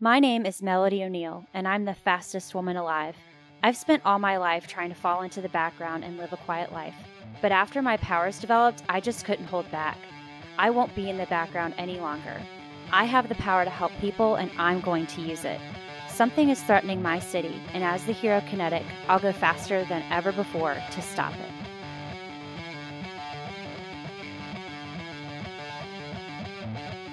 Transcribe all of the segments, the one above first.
My name is Melody O'Neill, and I'm the fastest woman alive. I've spent all my life trying to fall into the background and live a quiet life, but after my powers developed, I just couldn't hold back. I won't be in the background any longer. I have the power to help people, and I'm going to use it. Something is threatening my city, and as the hero kinetic, I'll go faster than ever before to stop it.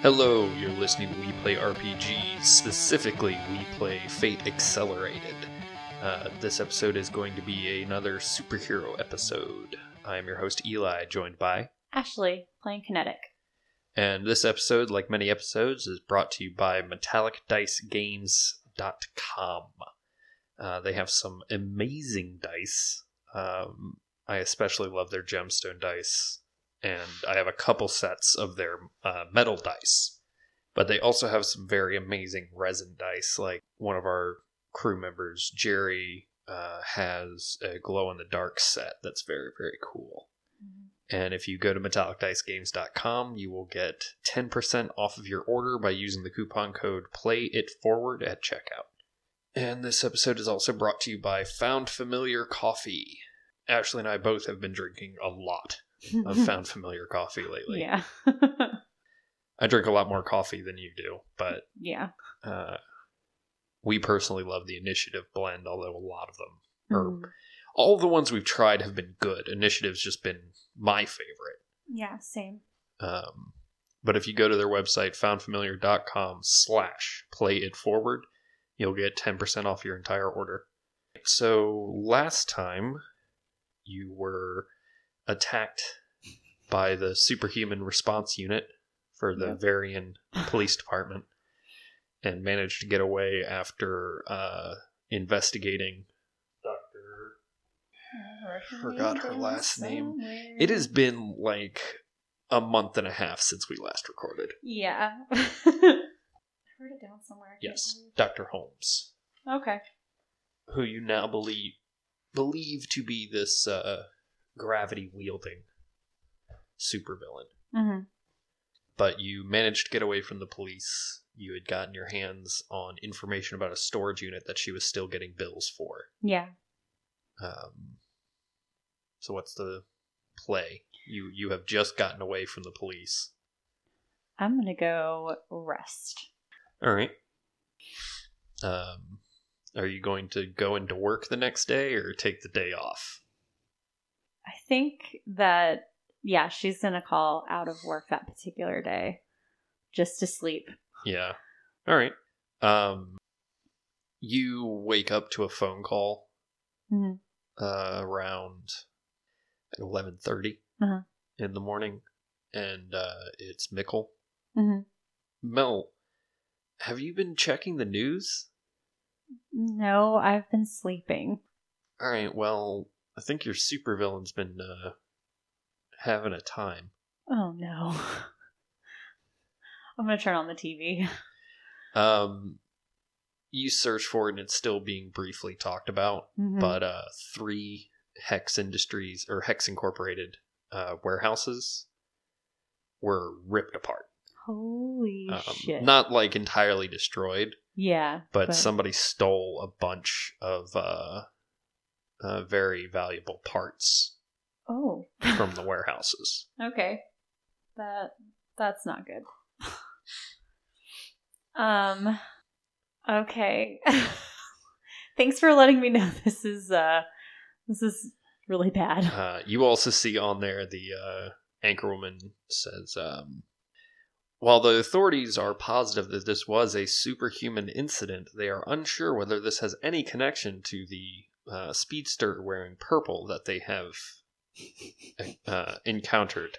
Hello, you're listening to We Play RPG. Specifically, we play Fate Accelerated. Uh, this episode is going to be another superhero episode. I'm your host, Eli, joined by. Ashley, playing kinetic. And this episode, like many episodes, is brought to you by MetallicDiceGames.com. Uh, they have some amazing dice. Um, I especially love their gemstone dice, and I have a couple sets of their uh, metal dice. But they also have some very amazing resin dice. Like one of our crew members, Jerry, uh, has a glow in the dark set that's very, very cool. And if you go to metallicdicegames.com, you will get 10% off of your order by using the coupon code PLAYITFORWARD at checkout. And this episode is also brought to you by Found Familiar Coffee. Ashley and I both have been drinking a lot of Found Familiar Coffee lately. yeah. I drink a lot more coffee than you do, but yeah. uh, we personally love the Initiative blend, although a lot of them are all the ones we've tried have been good. Initiative's just been my favorite. Yeah, same. Um, but if you go to their website, foundfamiliar.com slash play it forward, you'll get 10% off your entire order. So last time you were attacked by the superhuman response unit for the Yep. Varian police department and managed to get away after uh, investigating Dr. Forgot her last name. It has been like a month and a half since we last recorded. Yeah. I heard it down somewhere. I can't Yes, Dr. Holmes, remember. Okay. who you now believe believe to be this uh, gravity wielding supervillain. Mm-hmm. But you managed to get away from the police. You had gotten your hands on information about a storage unit that she was still getting bills for. Yeah. Um, so what's the play? You you have just gotten away from the police. I'm gonna go rest. All right. Um, are you going to go into work the next day or take the day off? I think that yeah, she's gonna call out of work that particular day, just to sleep. Yeah. All right. Um, you wake up to a phone call Mhm. uh, around eleven thirty Uh-huh. in the morning, and uh, it's Mickle. Mhm. Mel, have you been checking the news? No, I've been sleeping. All right. Well, I think your supervillain's been uh, having a time. Oh no. I'm gonna turn on the TV. Um, you search for it, and it's still being briefly talked about. Mhm. But uh, three Hex Industries or Hex Incorporated uh, warehouses were ripped apart. holy Um, shit! Not like entirely destroyed, yeah, but, somebody stole a bunch of uh, uh, very valuable parts Oh, from the warehouses. okay. That that's not good. um. Okay. Thanks for letting me know. This is uh, this is really bad. Uh, you also see on there the uh, anchorwoman says, um, "While the authorities are positive that this was a superhuman incident, they are unsure whether this has any connection to the uh, speedster wearing purple that they have uh, encountered."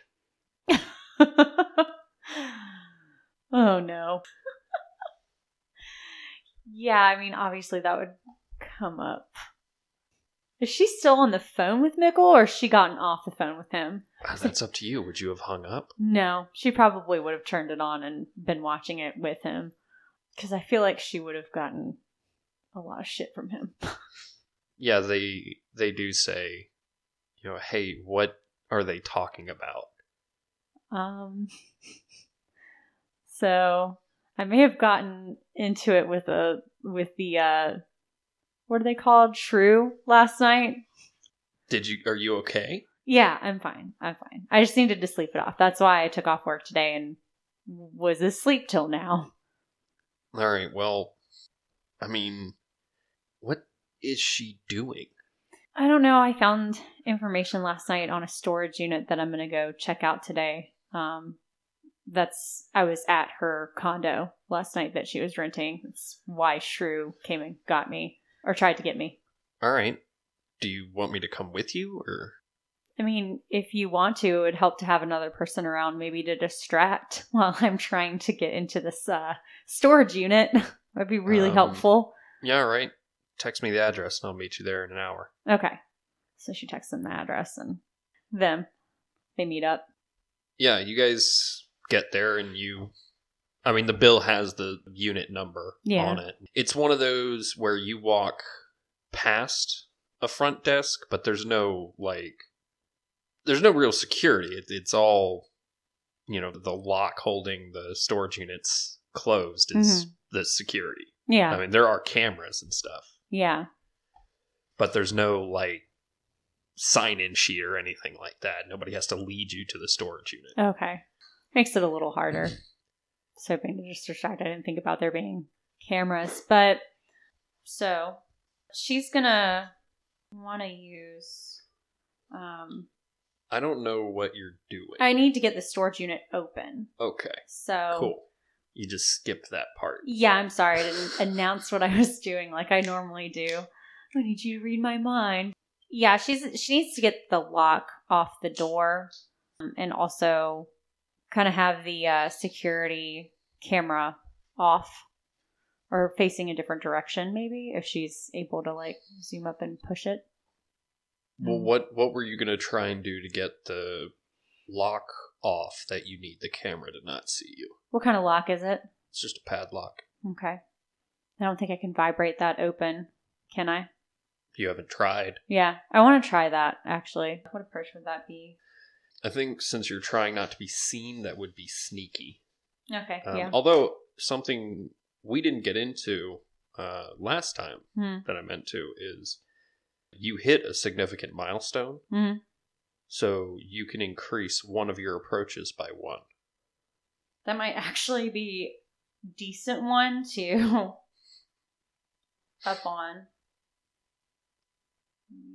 oh no. yeah, I mean, obviously that would come up. Is she still on the phone with Mickle, or has she gotten off the phone with him? Ah, That's up to you. Would you have hung up? No, she probably would have turned it on and been watching it with him. Because I feel like she would have gotten a lot of shit from him. Yeah, they they do say, you know, hey, what are they talking about? Um, so I may have gotten into it with a with the uh what are they called? Shrew last night. Did you? Are you okay? Yeah, I'm fine. I'm fine. I just needed to sleep it off. That's why I took off work today and was asleep till now. All right. Well, I mean, what is she doing? I don't know. I found information last night on a storage unit that I'm going to go check out today. Um, that's I was at her condo last night that she was renting. That's why Shrew came and got me or tried to get me. All right. Do you want me to come with you, or I mean, if you want to, it would help to have another person around, maybe to distract while I'm trying to get into this uh, storage unit. That'd be really Um, helpful. yeah? All right. Text me the address, and I'll meet you there in an hour. Okay. So she texts them the address and them. They meet up. Yeah. You guys get there, and you. I mean, the bill has the unit number Yeah. on it. It's one of those where you walk past a front desk, but there's no like, there's no real security. It, it's all, you know, the lock holding the storage units closed is the security. Mm-hmm. Yeah. I mean, there are cameras and stuff, yeah. but there's no like sign in sheet or anything like that. Nobody has to lead you to the storage unit. Okay. Makes it a little harder. I was hoping to just distract. I didn't think about there being cameras, but so she's gonna want to use. Um, I don't know what you're doing. I need to get the storage unit open. okay, So cool. You just skip that part. Yeah, I'm sorry I didn't announce what I was doing like I normally do. I need you to read my mind. Yeah, she's she needs to get the lock off the door um, and also kind of have the uh, security camera off or facing a different direction maybe if she's able to like zoom up and push it. Well, what what were you gonna try and do to get the lock off that you need the camera to not see you? What kind of lock is it? It's just a padlock. Okay. I don't think I can vibrate that open. Can I? You haven't tried. Yeah, I want to try that actually. What approach would that be? I think since you're trying not to be seen, that would be sneaky. Okay, Um, yeah. Although something we didn't get into uh, last time Hmm. that I meant to is you hit a significant milestone, Mhm. so you can increase one of your approaches by one. That might actually be decent one to up on.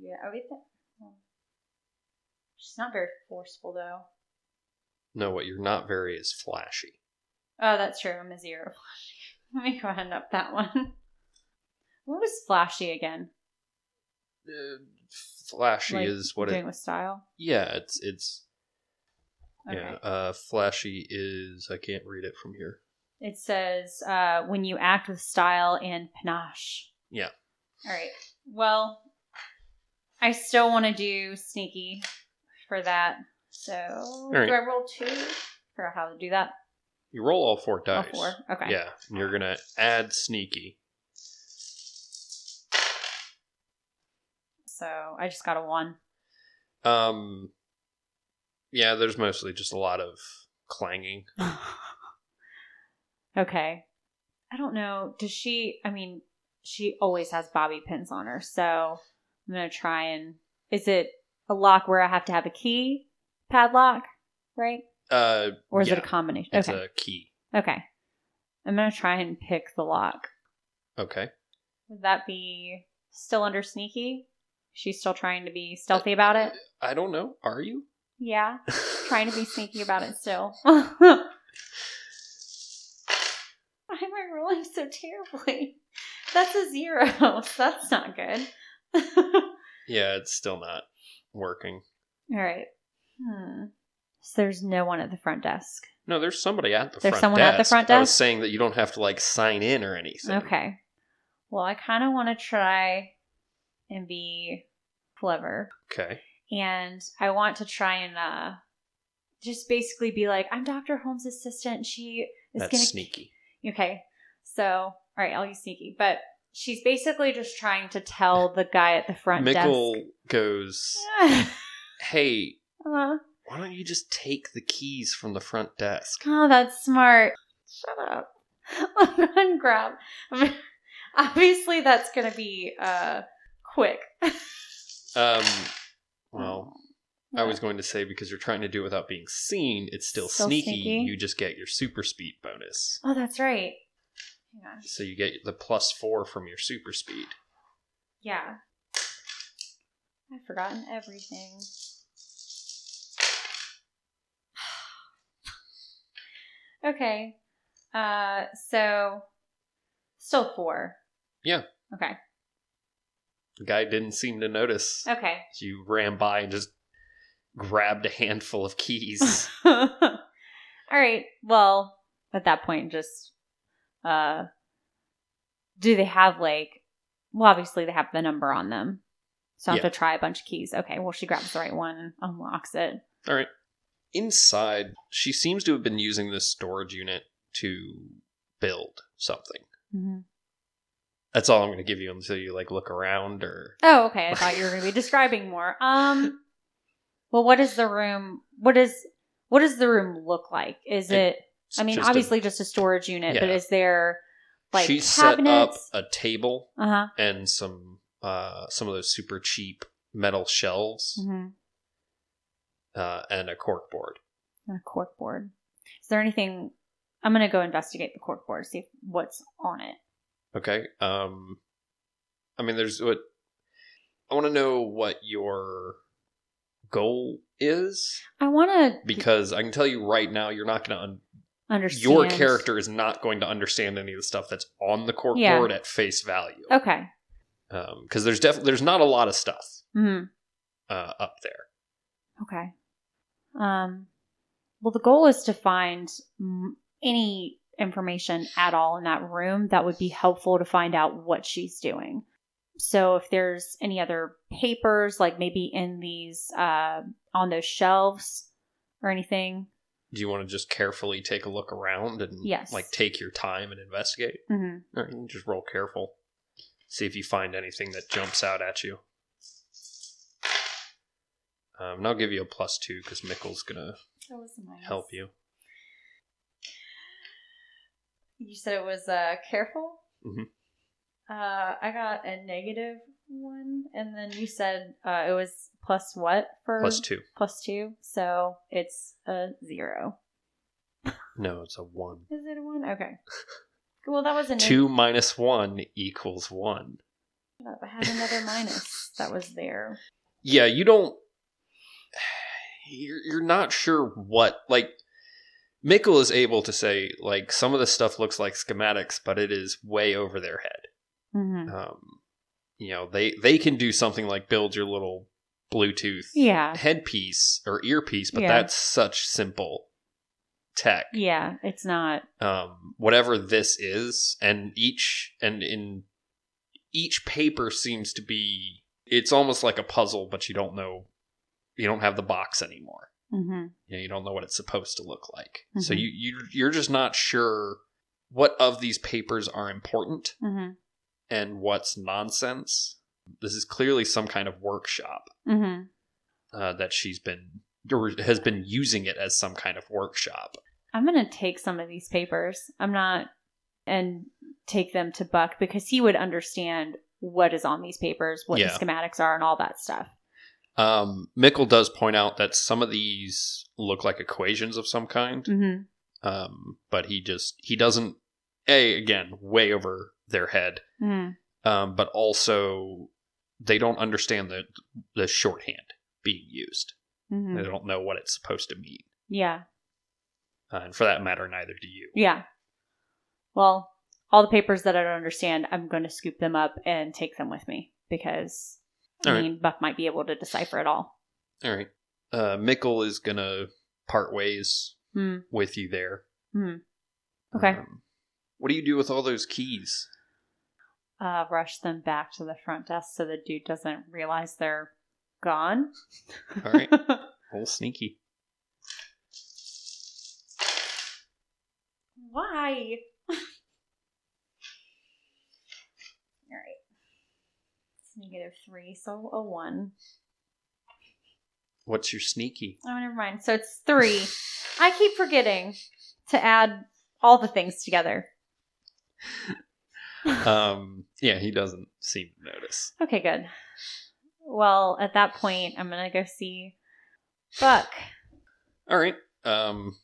Yeah, I would think. oh. She's not very forceful though. No, what you're not very is flashy. Oh, that's true. I'm a zero. Let me go ahead and up that one. What was flashy again? Uh, flashy Like, is what doing it. with style. Yeah, it's it's Okay. yeah. Uh, flashy is I can't read it from here. It says uh, when you act with style and panache. Yeah. All right. Well, I still want to do sneaky for that. So right. do I roll two? For how to do that? You roll all four All dice. four. Okay. Yeah, and you're gonna add sneaky. So I just got a one. Um, yeah, there's mostly just a lot of clanging. okay. I don't know. Does she? I mean, she always has bobby pins on her. So I'm gonna try and. Is it a lock where I have to have a key padlock, right? Uh, Or is yeah, it a combination? It's okay. a key. okay. I'm gonna try and pick the lock. Okay. Would that be still under sneaky? She's still trying to be stealthy about it? I don't know. Are you Yeah, trying to be sneaky about it still. Why am I rolling so terribly? That's a zero. So that's not good. All Yeah, it's still not working. right. Hmm. So there's no one at the front desk. No, there's somebody at the There's front someone at desk. the front I was desk? saying that you don't have to like sign in or anything. Okay. Well, I kind of want to try and be clever. Okay. and I want to try and uh, just basically be like, I'm Dr. Holmes' assistant. She is That's gonna sneaky. Okay, so all right, I'll use sneaky, but she's basically just trying to tell the guy at the front Mickle goes, desk. "Hey, Uh, why don't you just take the keys from the front desk?" oh, that's smart. Shut up. Run grab. I mean, obviously, that's going to be uh, quick. Um, well, I was going to say because you're trying to do it without being seen, it's still, Still sneaky. sneaky. You just get your super speed bonus. Oh, that's right. Hang on. So you get the plus four from your super speed. Yeah. I've forgotten everything. okay. Uh so still 4. Yeah. Okay. The guy didn't seem to notice. Okay. You ran by and just grabbed a handful of keys. All right. Well, at that point just uh do they have like well obviously they have the number on them. So I have Yeah. to try a bunch of keys. Okay, well she grabs the right one and unlocks it. All right. Inside, she seems to have been using this storage unit to build something. Mm-hmm. That's all I'm going to give you until you like look around or Oh, okay. I thought you were going to be describing more. Um, well, what is the room? What is what does the room look like? Is It- it? I mean, just a- obviously, just a storage unit, but Yeah. is there like she cabinets? set up a table Uh huh. and some uh, some of those super cheap metal shelves hmm uh, and a cork board. And a corkboard. Is there anything? I'm going to go investigate the corkboard, see what's on it. Okay. Um, I mean, there's what I want to know what your goal is I want to because I can tell you right now you're not going to un- understand your character is not going to understand any of the stuff that's on the cork Yeah. Oh. board at face value because Okay. there's definitely there's not a lot of stuff hmm uh, up there. Okay. Um, well, the goal is to find mm, any information at all in that room that would be helpful to find out what she's doing. So, if there's any other papers, like maybe in these uh, on those shelves or anything. Do you want to just carefully take a look around and Yes. like take your time and investigate? hmm All right, you can just roll careful. See if you find anything that jumps out at you. Um, and I'll give you a plus two because Mickle's gonna That was nice. help you. You said it was uh, careful. Mhm. Uh, I got a negative one, and then you said uh, it was plus what for Plus two. plus two, so it's a zero. No, it's a one. Is it a one? Okay. Well, that was a Two minus one equals one. negative. I had another minus that was there. yeah you don't you're, you're not sure what like Mikkel is able to say like some of this stuff looks like schematics but it is way over their head Mm-hmm. um you know they they can do something like build your little bluetooth Yeah, headpiece or earpiece but Yeah. that's such simple tech yeah, it's not. um, whatever this is, and each and in each paper seems to be it's almost like a puzzle, but you don't know you don't have the box anymore. Mm-hmm. You know, you don't know what it's supposed to look like. So Mhm. you you you're just not sure what of these papers are important Mm-hmm. and what's nonsense. This is clearly some kind of workshop Mm-hmm. uh, that she's been or has been using it as some kind of workshop. I'm gonna take some of these papers. I'm not and take them to Buck because he would understand what is on these papers, what Yeah. the schematics are, and all that stuff. Um, Mickle does point out that some of these look like equations of some kind, Mm-hmm. um, but he just he doesn't. A again, way over their head, Mm-hmm. um, but also they don't understand the the shorthand being used. Mm. Mm-hmm. They don't know what it's supposed to mean, Yeah. uh, and for that matter, neither do you. Yeah. Well, all the papers that I don't understand, I'm going to scoop them up and take them with me because I All right. mean, Buck might be able to decipher it all. All right, uh, Mickle is gonna part ways Hmm. with you there. Hmm. Okay. Um, what do you do with all those keys? Uh, rush them back to the front desk so the dude doesn't realize they're gone. All right. Whole sneaky. Why? all right. It's negative three, so a one. What's your sneaky? Oh, never mind. So it's three. I keep forgetting to add all the things together. um, yeah, he doesn't seem to notice. Okay, good. Well, at that point, I'm gonna go see Buck. All right. Um,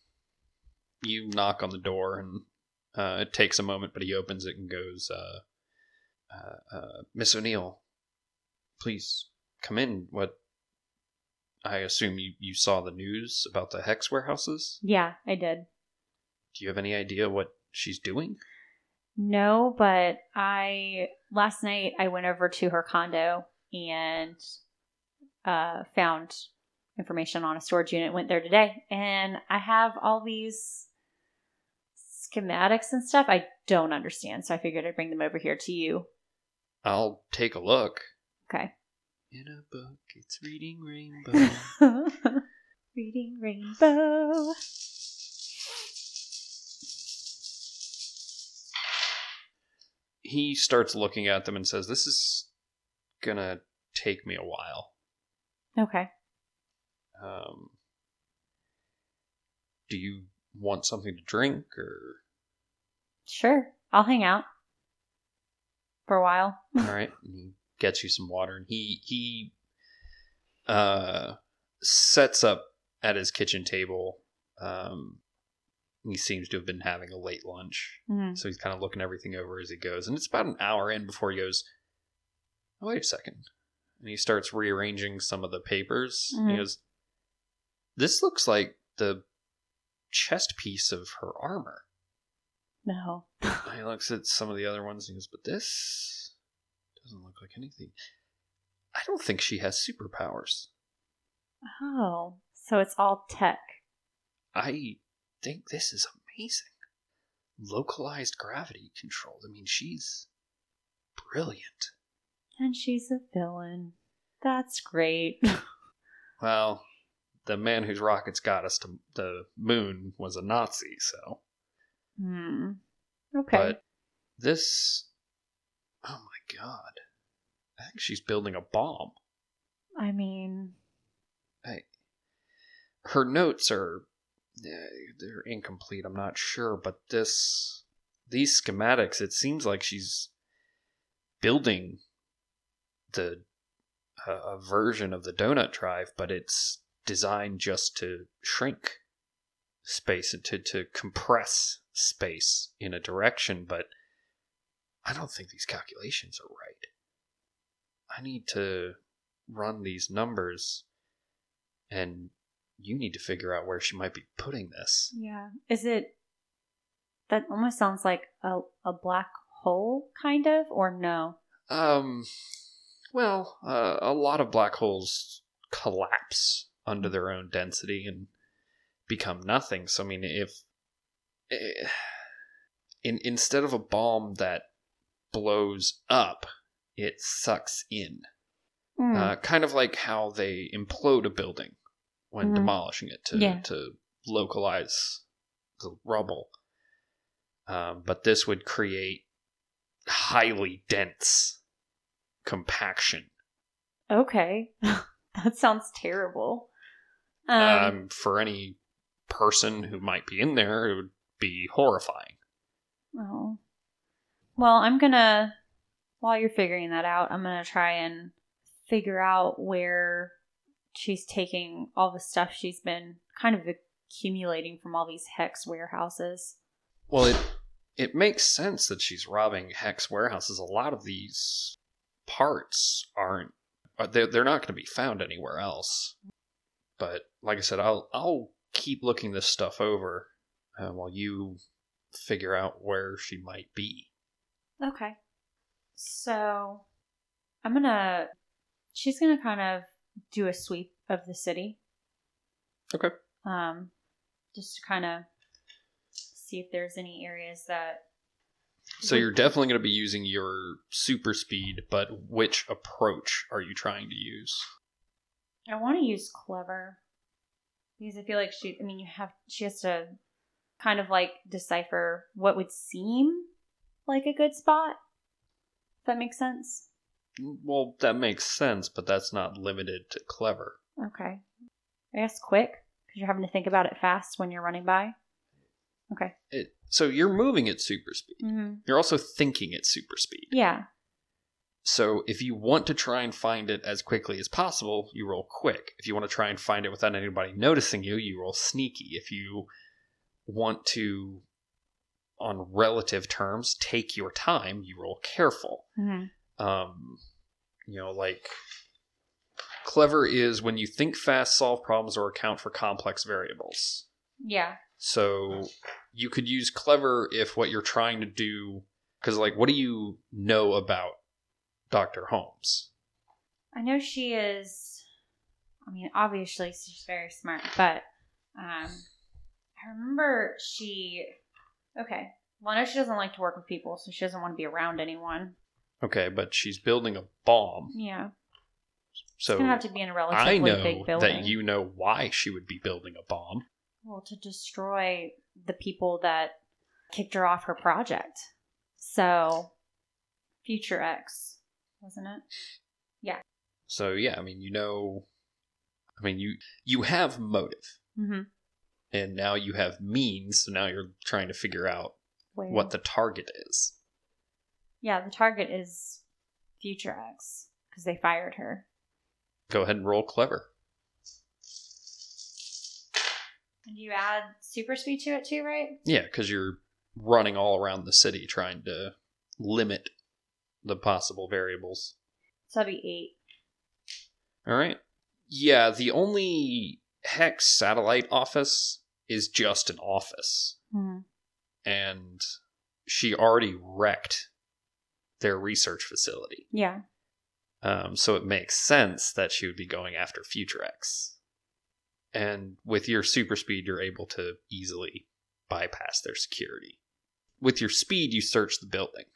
you knock on the door, and uh, it takes a moment, but he opens it and goes, uh, uh, uh, "Miss O'Neill, please come in." What? I assume you, you saw the news about the hex warehouses. Yeah, I did. Do you have any idea what she's doing? No, but I last night I went over to her condo and uh, found information on a storage unit. Went there today, and I have all these schematics and stuff I don't understand. So I figured I'd bring them over here to you. I'll take a look. Okay. In a book, it's reading rainbow. Reading rainbow. he starts looking at them and says, "This is gonna take me a while." Okay. Um, do you want something to drink or? Sure. I'll hang out for a while. All right, and he gets you some water, and he he uh sets up at his kitchen table. Um, he seems to have been having a late lunch, Mhm. so he's kind of looking everything over as he goes, and it's about an hour in before he goes. "Oh, Wait a second, and he starts rearranging some of the papers. And he Mhm. goes, "This looks like the chest piece of her armor." No. And he looks at some of the other ones and he goes, "But this doesn't look like anything. I don't think she has superpowers. Oh. So it's all tech. I think this is amazing. Localized gravity control. I mean, she's brilliant. And she's a villain. That's great. Well, the man whose rockets got us to the moon was a Nazi, so. Hmm. Okay. But this. Oh my god. I think she's building a bomb. I mean, Her notes are. eh, They're incomplete, I'm not sure, but this. These schematics, it seems like she's building the. A, a version of the donut drive, but it's designed just to shrink space and to, to compress space in a direction, but I don't think these calculations are right. I need to run these numbers, and you need to figure out where she might be putting this. yeah. Is it that almost sounds like a, a black hole kind of or no? Um, well, uh, a lot of black holes collapse under their own density and become nothing. So, I mean, if eh, in instead of a bomb that blows up, it sucks in, Hmm. uh, kind of like how they implode a building when Mhm. demolishing it to Yeah. to localize the rubble. Um, but this would create highly dense compaction. okay. that sounds terrible. Um, Um, for any person who might be in there, it would be horrifying. Oh. Well, I'm gonna while you're figuring that out, I'm gonna try and figure out where she's taking all the stuff she's been kind of accumulating from all these hex warehouses. Well, it it makes sense that she's robbing hex warehouses. A lot of these parts aren't uh, they're, they're not going to be found anywhere else. But like I said, I'll I'll keep looking this stuff over uh, while you figure out where she might be. Okay. So I'm gonna she's gonna kind of do a sweep of the city. Okay. Um just to kind of see if there's any areas that So you're definitely going to be using your super speed, but which approach are you trying to use? I want to use clever because I feel like she. I mean, you have she has to kind of like decipher what would seem like a good spot. If that makes sense. Mm, Well, that makes sense, but that's not limited to clever. Okay. I guess quick because you're having to think about it fast when you're running by. Okay. It, so you're moving at super speed. Mm-hmm. You're also thinking at super speed. Yeah. So if you want to try and find it as quickly as possible, you roll quick. If you want to try and find it without anybody noticing you, you roll sneaky. If you want to, on relative terms, take your time, you roll careful. Mm-hmm. um, you know, like clever is when you think fast, solve problems, or account for complex variables. Yeah. So you could use clever if what you're trying to do, because like, what do you know about Doctor Holmes? I know she is. I mean, obviously she's very smart, but um, I remember she. Okay, well, I know she doesn't like to work with people, so she doesn't want to be around anyone. Okay, but she's building a bomb, Yeah, so it's gonna have to be in a relatively I know big building. that you know why she would be building a bomb. Well, to destroy the people that kicked her off her project. So, Future X, wasn't it? So yeah, I mean, you know, I mean, you you have motive. Mm-hmm. and now you have means so now you're trying to figure out Where? what the target is Yeah, the target is Future X because they fired her. go ahead and roll clever And you add super speed to it too, right? yeah because you're running all around the city trying to limit the possible variables So that'd be all right yeah the only hex satellite office is just an office 8 Mm-hmm. and she already wrecked their research facility Yeah. Um, so it makes sense that she would be going after Future X. And with your super speed, you're able to easily bypass their security. With your speed, you search the building.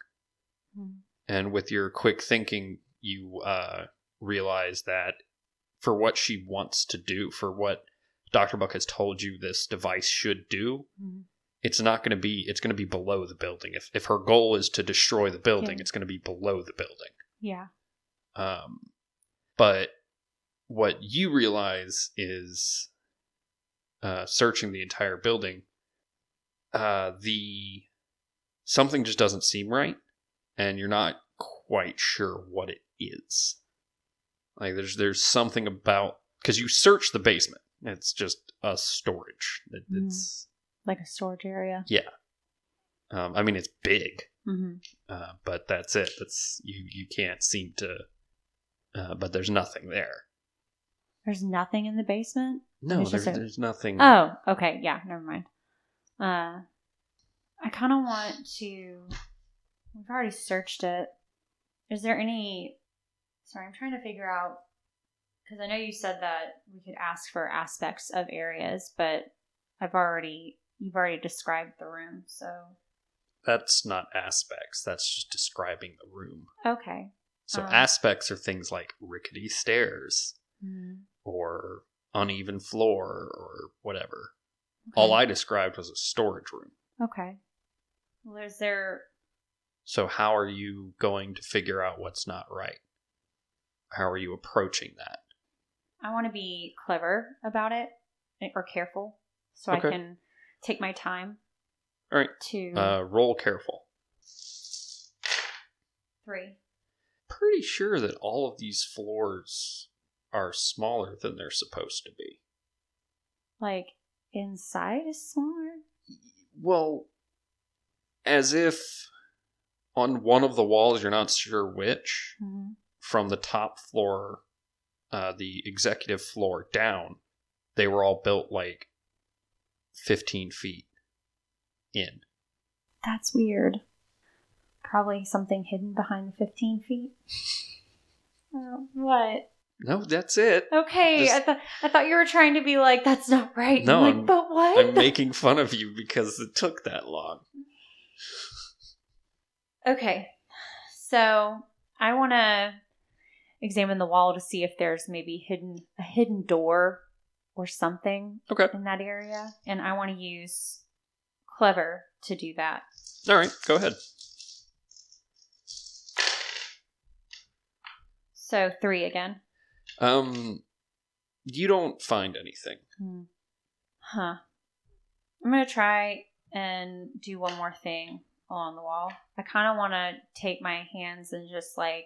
Mm-hmm. And with your quick thinking, you uh, realize that for what she wants to do, for what Dr. Buck has told you this device should do, it's not going to be, it's going to be below the building. If, if her goal is to destroy the building, Yeah. it's going to be below the building. Yeah. Um, but what you realize is uh, searching the entire building, uh, the something just doesn't seem right, and you're not quite sure what it is. Like there's there's something about because you search the basement. It's just a storage. It, Mm. It's Like a storage area. um, I mean it's big, Mm-hmm. uh, but that's it. That's you you can't seem to. Uh, but there's nothing there. There's nothing in the basement. No, It's there's, just a- there's nothing. Oh, okay. Yeah, never mind. Uh, I kind of want to. We've already searched it. Is there any. Sorry, I'm trying to figure out. Because I know you said that we could ask for aspects of areas, but I've already. You've already described the room, so. That's not aspects. That's just describing the room. Okay. So Um. aspects are things like rickety stairs Mm-hmm. or uneven floor or whatever. All I described was a storage room. Okay. Well, is there So how are you going to figure out what's not right? How are you approaching that? I want to be clever about it eh, or careful so Okay. I can take my time. All right. Two, Uh, roll careful. three. Pretty sure that all of these floors are smaller than they're supposed to be. Like inside is smaller. well as if on one of the walls you're not sure which Mm-hmm. from the top floor uh, the executive floor down they were all built like 15 feet in That's weird. Probably something hidden behind the 15 feet. Oh, what? no that's it Okay, I Just- thought I thought you were trying to be like that's not right. I'm No, like, I'm- but what? i'm making fun of you because it took that long Okay. So I want to examine the wall to see if there's maybe hidden a hidden door or something Okay. in that area, and I want to use clever to do that. all right go ahead So three again. um you don't find anything Hmm. Huh. I'm gonna try and do one more thing along the wall. I kind of want to take my hands and just like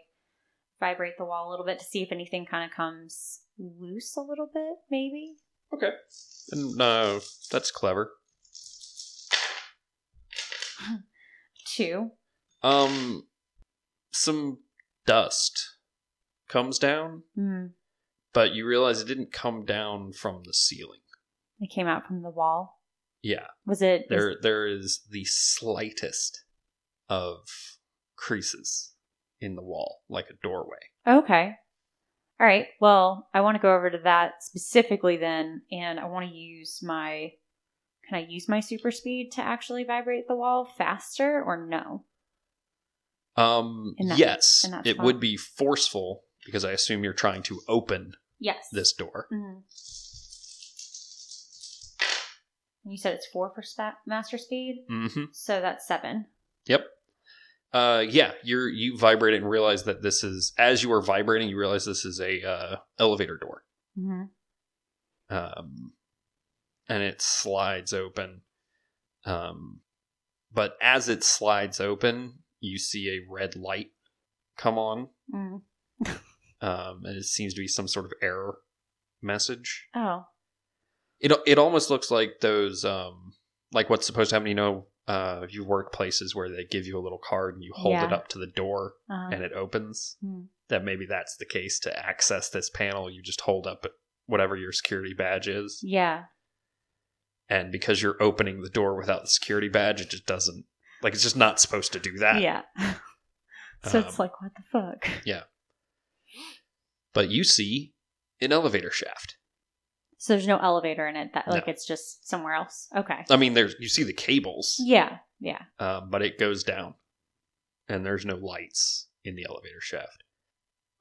vibrate the wall a little bit to see if anything kind of comes loose a little bit, maybe. Okay. No, uh, that's clever. Two. Um, some dust comes down, Mm. but you realize it didn't come down from the ceiling. It came out from the wall. Yeah, Was it? was- there there is the slightest of creases in the wall, like a doorway. Oh, Okay. All right. Well, I want to go over to that specifically then, and I want to use my. Can I use my super speed to actually vibrate the wall faster or no? Um, In that- yes, in that it spot. would be forceful because I assume you're trying to open Yes. this door. Mhm. And You said it's four for spa- master speed, Mm-hmm. so that's seven. Yep. Uh, yeah, you're you vibrate it and realize that this is as you are vibrating, you realize this is a uh, elevator door. Mm-hmm. um, and it slides open. Um, but as it slides open, you see a red light come on, Mm. um, and it seems to be some sort of error message. Oh, It it almost looks like those um, like what's supposed to happen. You know, uh, you workplaces where they give you a little card and you hold it Yeah. up to the door uh, and it opens. Hmm. That maybe that's the case to access this panel. You just hold up whatever your security badge is. yeah. and because you're opening the door without the security badge it just doesn't like it's just not supposed to do that Yeah. so it's Um, like, what the fuck? but you see an elevator shaft So there's no elevator in it. That No. like it's just somewhere else. Okay. i mean there's you see the cables Yeah. Yeah. um, but it goes down and there's no lights in the elevator shaft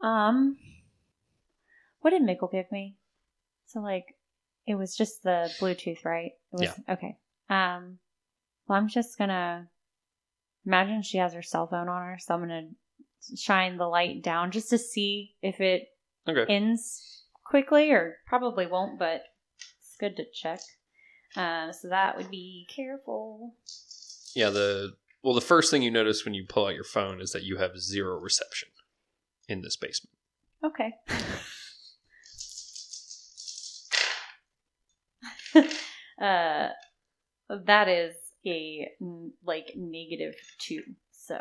Um, what did Mickle give me? So like, it was just the Bluetooth, right? It was, Okay. Um, well, I'm just gonna imagine she has her cell phone on her, so I'm gonna shine the light down just to see if it okay ends quickly, or probably won't, but it's good to check. Um, so that would be careful. yeah the well the first thing you notice when you pull out your phone is that you have zero reception in this basement Okay. uh, that is a mm, like negative two, so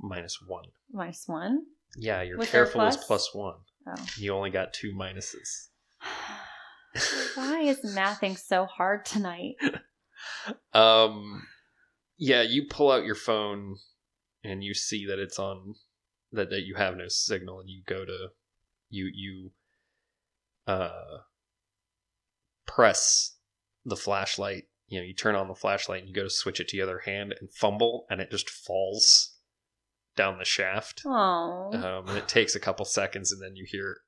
minus one minus one. yeah your Was there a careful is plus? plus one Oh. you only got two minuses Why is mathing so hard tonight? Um, yeah, you pull out your phone and you see that it's on that that you have no signal, and you go to you you uh press the flashlight. You know, you turn on the flashlight and you go to switch it to the other hand and fumble, and it just falls down the shaft. Oh, Um, and it takes a couple seconds, and then you hear,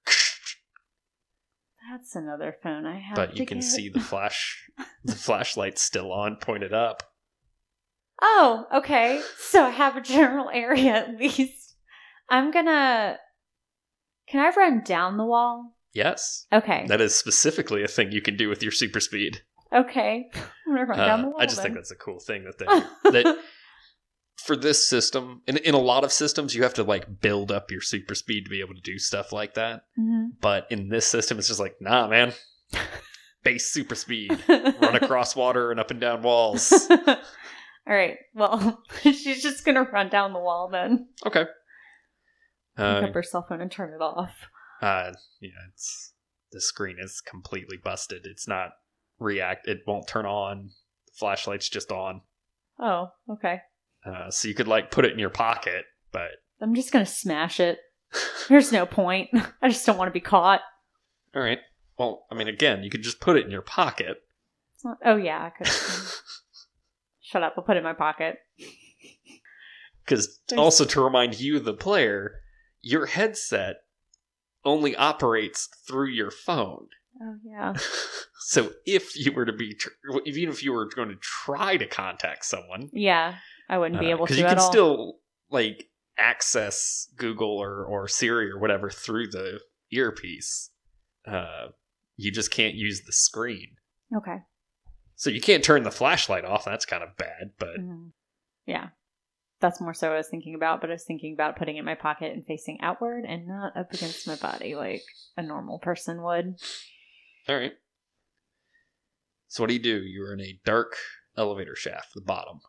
that's another phone I have. but to you can get. see the flash, the flashlight's still on, pointed up. Oh, okay. So I have a general area at least. I'm gonna. Can I run down the wall? Yes, Okay. That is specifically a thing you can do with your super speed. Okay. I'm gonna run down Uh, the wall. I just think then. that's a cool thing that they that for this system, in in a lot of systems, you have to like build up your super speed to be able to do stuff like that. Mhm. But in this system, it's just like, nah, man, base super speed, run across water and up and down walls. All right. Well, she's just gonna run down the wall then. Okay. Pick Uh, up her cell phone and turn it off. uh, yeah, it's the screen is completely busted. It's not react. It won't turn on. The flashlight's just on. Oh, okay. Uh, so you could like put it in your pocket, but I'm just gonna smash it. There's no point. I just don't want to be caught. all right. Well, I mean, again, you could just put it in your pocket. It's not- oh yeah, I could. Shut up. I'll put it in my pocket. Because There's- also to remind you, the player, your headset only operates through your phone. Oh yeah. So if you were to be, tr- even if you were going to try to contact someone, Yeah, I wouldn't be uh, able to you at can all. still like access Google or or Siri or whatever through the earpiece. Uh, you just can't use the screen. okay. So you can't turn the flashlight off. That's kind of bad, but Mhm. Yeah. That's more so what I was thinking about, but I was thinking about putting it in my pocket and facing outward and not up against my body like a normal person would. all right. So what do you do? You're in a dark elevator shaft, the bottom.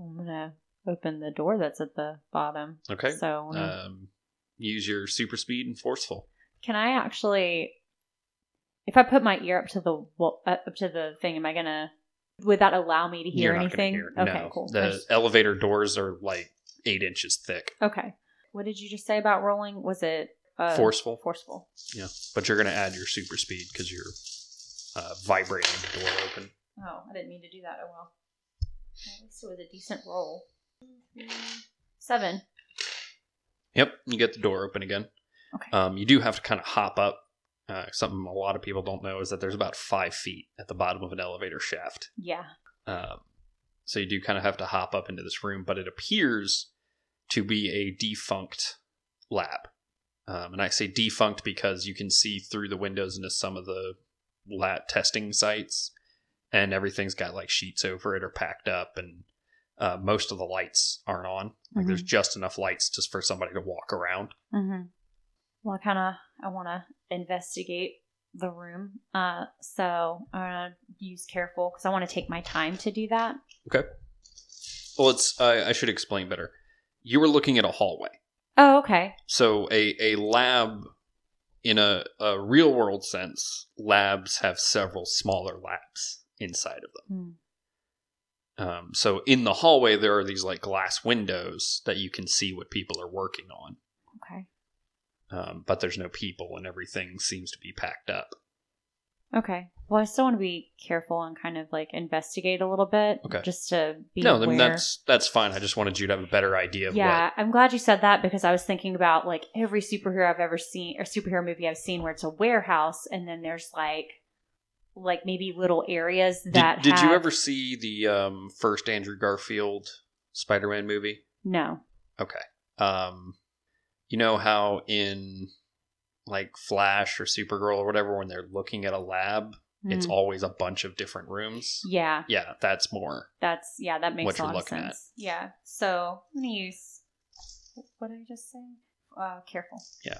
I'm gonna open the door that's at the bottom. Okay. So uh, I'm gonna- Um, use your super speed and forceful. can I actually, if I put my ear up to the wa- uh, up to the thing, am I gonna? Would that allow me to hear You're not gonna anything? hear- okay, no. cool. I The just- elevator doors are like eight inches thick. okay. What did you just say about rolling? Was it uh, forceful, Forceful. but you're going to add your super speed because you're uh, vibrating the door open. Oh, I didn't mean to do that. Oh well. At least it was a decent roll. Seven. Yep, you get the door open again. Okay. Um, you do have to kind of hop up. Uh, something a lot of people don't know is that there's about five feet at the bottom of an elevator shaft. Yeah. Um, so you do kind of have to hop up into this room, but it appears to be a defunct lab. Um, and I say defunct because you can see through the windows into some of the la testing sites, and everything's got like sheets over it or packed up, and uh, most of the lights aren't on. Like there's just enough lights just for somebody to walk around. Mm-hmm. Well, I kind of I want to investigate the room, uh, so I'm gonna use careful because I want to take my time to do that. Well, it's I I should explain better. You were looking at a hallway. Oh, okay. so a a lab in a, a real world sense labs have several smaller labs inside of them Hmm. um, so in the hallway there are these like glass windows that you can see what people are working on Okay. um, but there's no people and everything seems to be packed up Okay. Well, I still want to be careful and kind of like investigate a little bit, Okay. just to be no aware. then that's that's fine i just wanted you to have a better idea of yeah, I'm glad you said that because I was thinking about like every superhero I've ever seen or superhero movie I've seen where it's a warehouse and then there's like like maybe little areas what that did, did you have- ever see the um, first andrew garfield spider-man movie No. um you know how in like flash or supergirl or whatever when they're looking at a lab it's Mm. always a bunch of different rooms Yeah. yeah that's more That's yeah, that makes What a you're lot of looking at. sense. Yeah. So I'm gonna use what did I just say? Uh, careful. Yeah.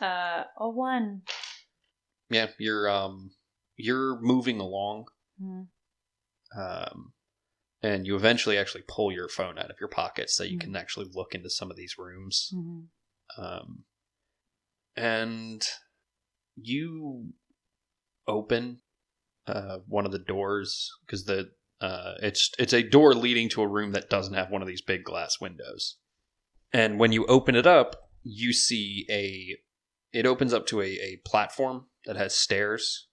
Uh, a one. yeah you're um you're moving along Hmm. um and you eventually actually pull your phone out of your pocket so you Mhm. can actually look into some of these rooms Mm-hmm. um, and you open uh, one of the doors because the uh, it's it's a door leading to a room that doesn't have one of these big glass windows. And when you open it up, you see a it opens up to a, a platform that has stairs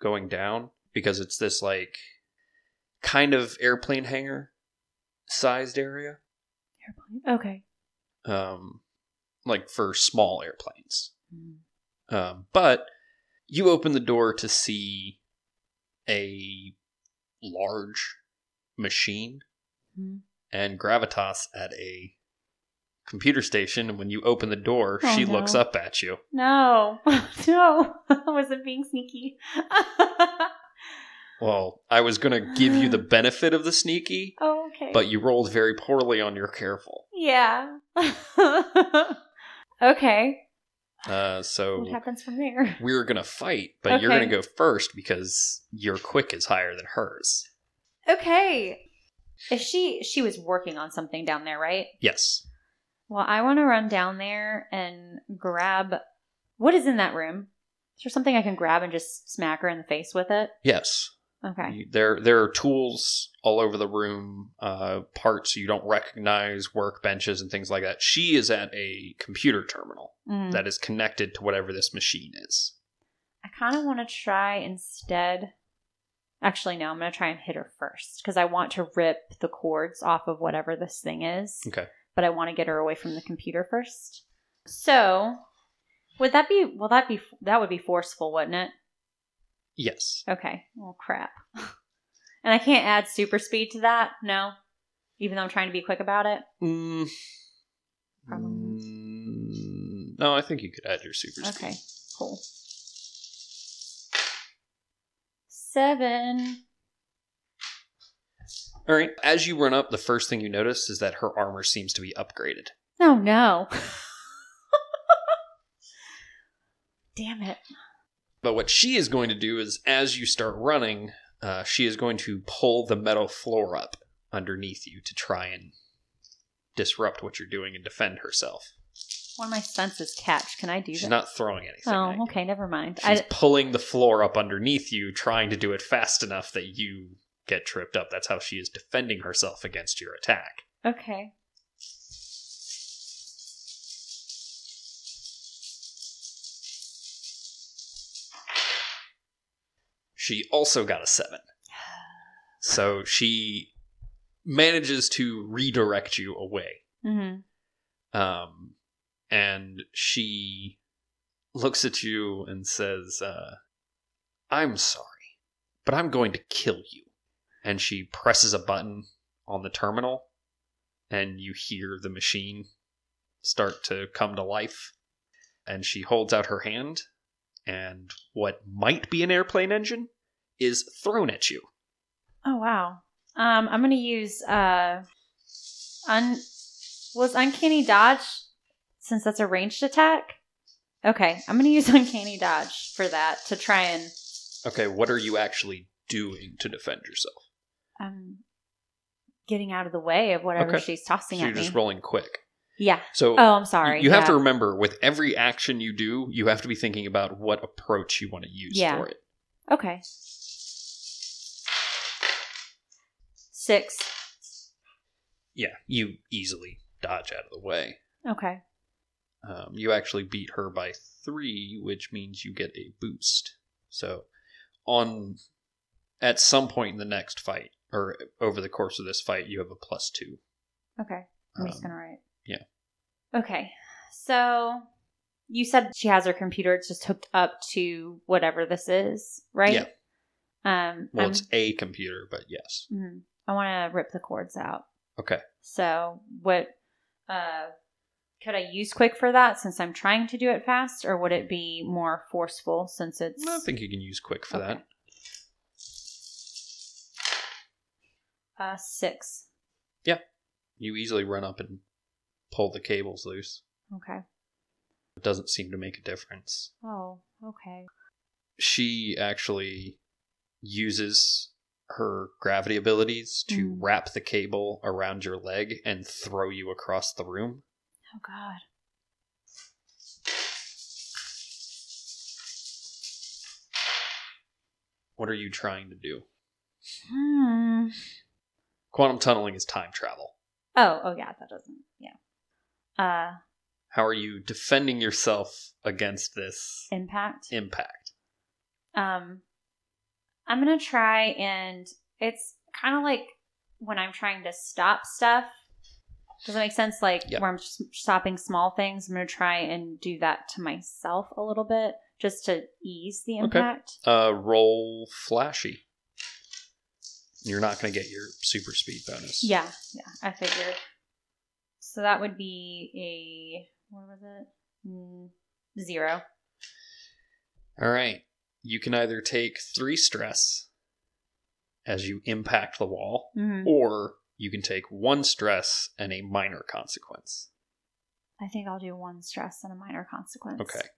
going down because it's this like kind of airplane hangar sized area Airplane. Okay. um, like for small airplanes. Um, but you open the door to see a large machine Hmm. and gravitas at a computer station. And when you open the door, Oh, she no. looks up at you. No, no, I wasn't being sneaky. Well, I was going to give you the benefit of the sneaky, okay. but you rolled very poorly on your careful. yeah. okay. Uh, so What happens from there? we're going to fight, but you're Okay. going to go first because your quick is higher than hers. Okay. If she she was working on something down there, right? Yes. Well, I want to run down there and grab what is in that room. Is there something I can grab and just smack her in the face with it? Yes. Okay. You- There, there are tools all over the room, uh, parts you don't recognize, workbenches and things like that. She is at a computer terminal Mm. that is connected to whatever this machine is. I kind of want to try instead. Actually, no, I'm going to try and hit her first because I want to rip the cords off of whatever this thing is. Okay. But I want to get her away from the computer first. So, would that be, well, that be, that would be forceful, wouldn't it? Yes. Okay. Well, crap. and I can't add super speed to that. No. Even though I'm trying to be quick about it. Mm. Probably not. Mm, no, I think you could add your super. speed. Okay. Cool. Seven. All right. As you run up, the first thing you notice is that her armor seems to be upgraded. Oh no. Damn it. But what she is going to do is, as you start running, uh, she is going to pull the metal floor up underneath you to try and disrupt what you're doing and defend herself. One of my senses catch. Can I do She's that? not throwing anything. at oh, you. okay, never mind. She's I, pulling the floor up underneath you, trying to do it fast enough that you get tripped up. That's how she is defending herself against your attack. okay. She also got a seven. So she manages to redirect you away. Mm-hmm. Um, and she looks at you and says, uh, I'm sorry, but I'm going to kill you. And she presses a button on the terminal, and you hear the machine start to come to life. And she holds out her hand, and what might be an airplane engine is thrown at you. Oh wow. Um, I'm gonna use uh, un was uncanny dodge since that's a ranged attack. Okay, I'm gonna use uncanny dodge for that to try and Okay, what are you actually doing to defend yourself? um getting out of the way of whatever Okay. she's tossing So you're at me. just rolling quick. yeah. So Oh, I'm sorry. You have yeah. to remember with every action you do, you have to be thinking about what approach you want to use Yeah. for it. Okay. Six. Yeah, you easily dodge out of the way. Okay. Um, you actually beat her by three, which means you get a boost. So, on at some point in the next fight, or over the course of this fight, you have a plus two. Okay. I'm just Um, gonna write. yeah. Okay. So you said she has her computer. It's just hooked up to whatever this is, right? Yeah. Um. Well, I'm- it's a computer, but yes. mhm. I want to rip the cords out. Okay. So what? Uh, could I use quick for that since I'm trying to do it fast, or would it be more forceful since it's? I think you can use quick for Okay. that. Uh, six. You easily run up and pull the cables loose. Okay. It doesn't seem to make a difference. Oh. Okay. she actually uses her gravity abilities to Mm. wrap the cable around your leg and throw you across the room. Oh God. What are you trying to do? Hmm. Quantum tunneling is time travel. Oh, oh yeah, that doesn't. Yeah. Uh, How are you defending yourself against this impact. impact? Um, I'm gonna try and it's kind of like when I'm trying to stop stuff. Does that make sense? Like Yeah. where I'm just stopping small things. I'm gonna try and do that to myself a little bit just to ease the Okay. impact. Uh, roll flashy. You're not going to get your super speed bonus. Yeah, yeah, I figured. So that would be a what was it? Mm, zero. All right. You can either take three stress as you impact the wall, Mm-hmm. or you can take one stress and a minor consequence. I think I'll do one stress and a minor consequence. Okay.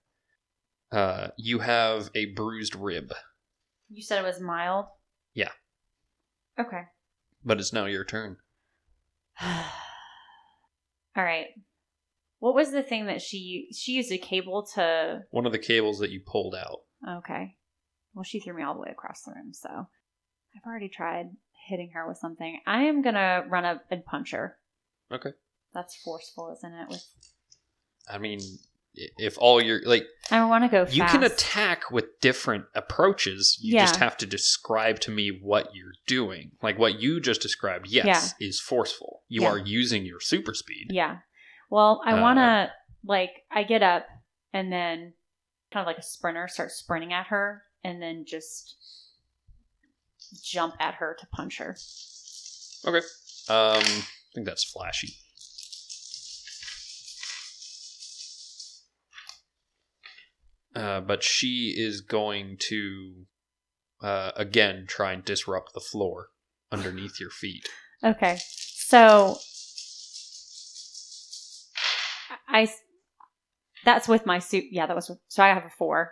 Uh, you have a bruised rib, You said it was mild? Yeah. Okay. but it's now your turn. All right. What was the thing that she she used a cable to One of the cables that you pulled out. Okay. Well, she threw me all the way across the room, so I've already tried hitting her with something. I am going to run up and punch her. Okay. That's forceful, isn't it? With I mean, i- if all your like, I want to go fast. you can attack with different approaches. You just Yeah. have to describe to me what you're doing. Like what you just described, yes, is forceful. You Yeah. are using your super speed. Yeah. Well, I Uh, want to like I get up and then kind of like a sprinter start sprinting at her and then just jump at her to punch her. Um, I think that's flashy. Uh, but she is going to uh, again try and disrupt the floor underneath your feet. Okay. So I s- that's with my suit. Yeah, that was with, so I have a 4.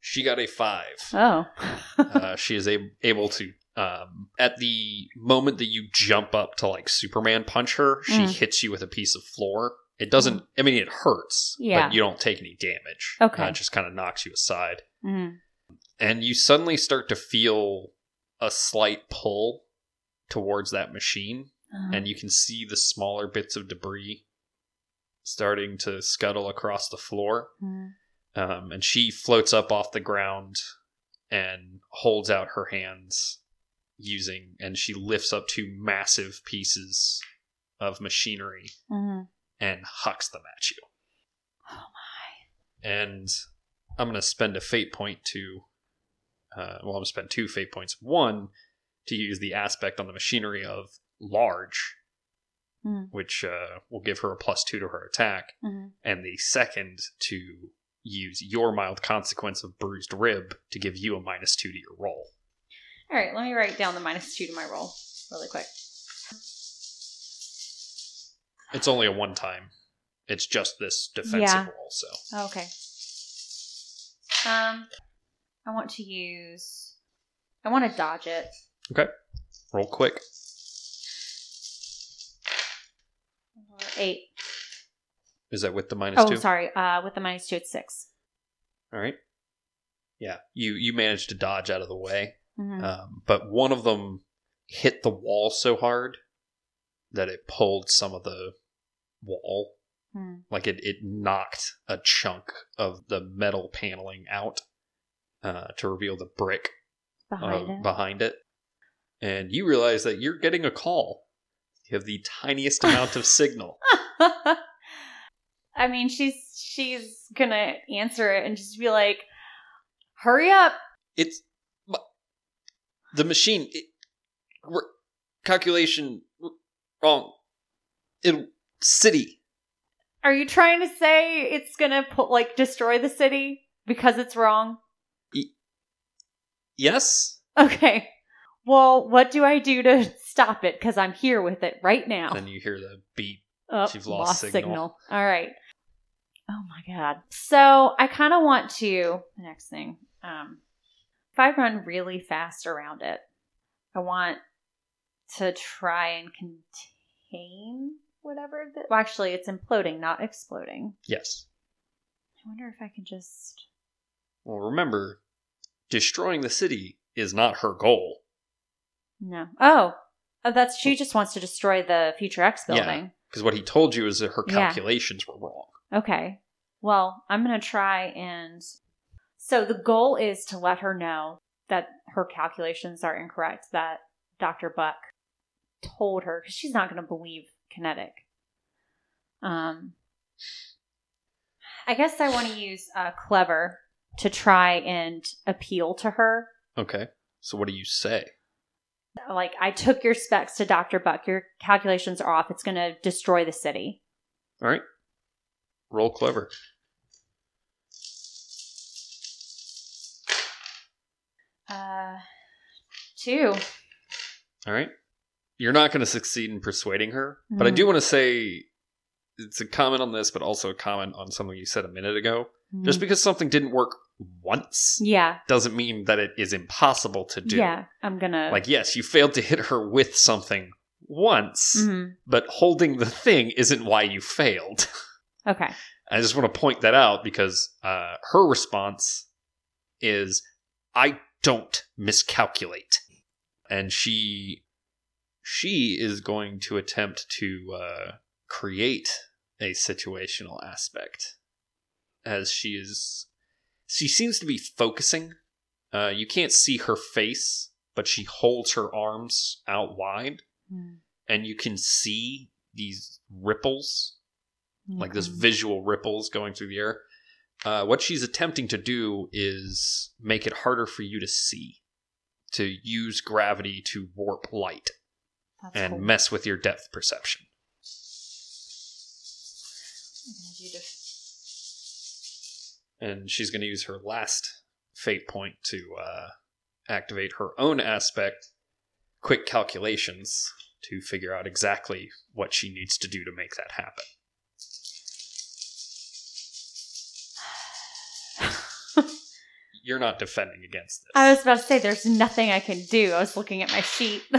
She got a five. Oh. uh, she is a- able to um, at the moment that you jump up to like superman punch her she Mm. hits you with a piece of floor it doesn't i mean it hurts Yeah. but you don't take any damage Okay. Uh, it just kind of knocks you aside Mhm. and you suddenly start to feel a slight pull towards that machine Mm-hmm. Uh-huh. and you can see the smaller bits of debris starting to scuttle across the floor Mhm. um, and she floats up off the ground and holds out her hands using and she lifts up two massive pieces of machinery Mhm. and hucks them at you Oh and i'm going to spend a fate point to uh, well i'm going to spend two fate points one to use the aspect on the machinery of large Hmm. which uh, will give her a plus two to her attack Mhm. and the second to use your mild consequence of bruised rib to give you a minus two to your roll. All right, let me write down the minus 2 to my roll really quick. It's only a one time. It's just this defensive Yeah. roll, so Okay. Um I want to use I want to dodge it. roll quick. Eight. Is that with the minus Oh, two? sorry. Uh, with the minus two, it's 6 All right. Yeah, you you managed to dodge out of the way, Mhm. um, but one of them hit the wall so hard that it pulled some of the wall, Mhm. like it it knocked a chunk of the metal paneling out uh, to reveal the brick Behind uh, it. behind it. And you realize that you're getting a call. You have the tiniest amount of signal. I mean, she's she's gonna answer it and just be like, "Hurry up!" It's my- the machine. It, we're- calculation wrong. It city. Are you trying to say it's gonna put like destroy the city because it's wrong? Yes. Okay. Well, what do I do to stop it? Because I'm here with it right now. Then you hear the beat. Oh, You've lost signal. All right. Oh my god. So I kind of want to the next thing. Um, if I run really fast around it, I want to try and contain whatever. The, well, actually, it's imploding, not exploding. Yes. I wonder if I can just. Well, remember, destroying the city is not her goal. No. Oh, oh that's she just wants to destroy the Future X Yeah. building. Because what he told you is that her Yeah. calculations were wrong. Okay. Well, I'm going to try and. So the goal is to let her know that her calculations are incorrect, that Dr. Buck told her, because she's not going to believe kinetic. Um, I guess I want to use uh, clever to try and appeal to her. Okay. So what do you say? Like, I took your specs to Dr. Buck. Your calculations are off. It's going to destroy the city. All right. Roll clever. Uh, two. All right. You're not going to succeed in persuading her, but I Mhm. do want to say it's a comment on this, but also a comment on something you said a minute ago. Just because something didn't work once Mm, yeah. doesn't mean that it is impossible to do. Yeah, I'm gonna Like, yes, you failed to hit her with something once, Mhm. but holding the thing isn't why you failed. Okay, I just want to point that out because uh, her response is, "I don't miscalculate," and she she is going to attempt to uh, create a situational aspect as she is. She seems to be focusing. Uh, you can't see her face, but she holds her arms out wide, Mm. and you can see these ripples like this Mm-hmm. visual ripples going through the air. Uh, what she's attempting to do is make it harder for you to see, to use gravity to warp light That's and cool. mess with your depth perception. I'm gonna do def- And she's going to use her last fate point to uh, activate her own aspect, quick calculations to figure out exactly what she needs to do to make that happen. You're not defending against this. I was about to say there's nothing I can do. I was looking at my sheet.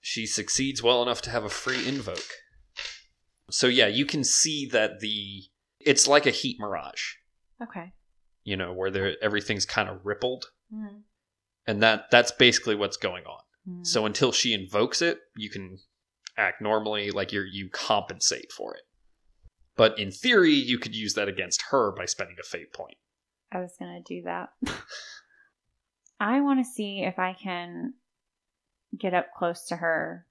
she succeeds well enough to have a free invoke. So yeah, you can see that the it's like a heat mirage, okay. you know, where there everything's kind of rippled, Mm. and that that's basically what's going on. Mm. So until she invokes it, you can act normally, like you are you compensate for it. But in theory, you could use that against her by spending a fate point. I was gonna do that. I want to see if I can get up close to her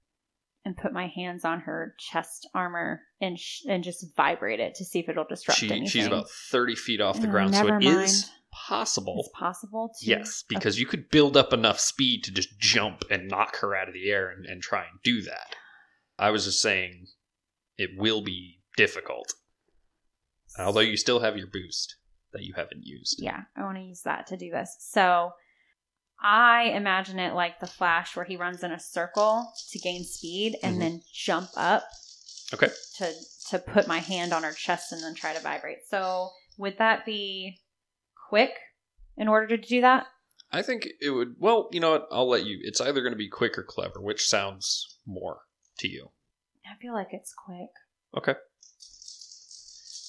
and put my hands on her chest armor and sh- and just vibrate it to see if it'll disrupt She anything. she's about thirty feet off the Oh, ground, so never it is mind. possible. It's possible to Yes, because you could build up enough speed to just jump and knock her out of the air and, and try and do that. I was just saying it will be difficult, although you still have your boost that you haven't used. yeah, I want to use that to do this. So I imagine it like the Flash, where he runs in a circle to gain speed and Mhm. then jump up. Okay. To to put my hand on her chest and then try to vibrate. So would that be quick in order to do that? I think it would. Well, you know what? I'll let you. It's either going to be quick or clever, which sounds more to you. I feel like it's quick.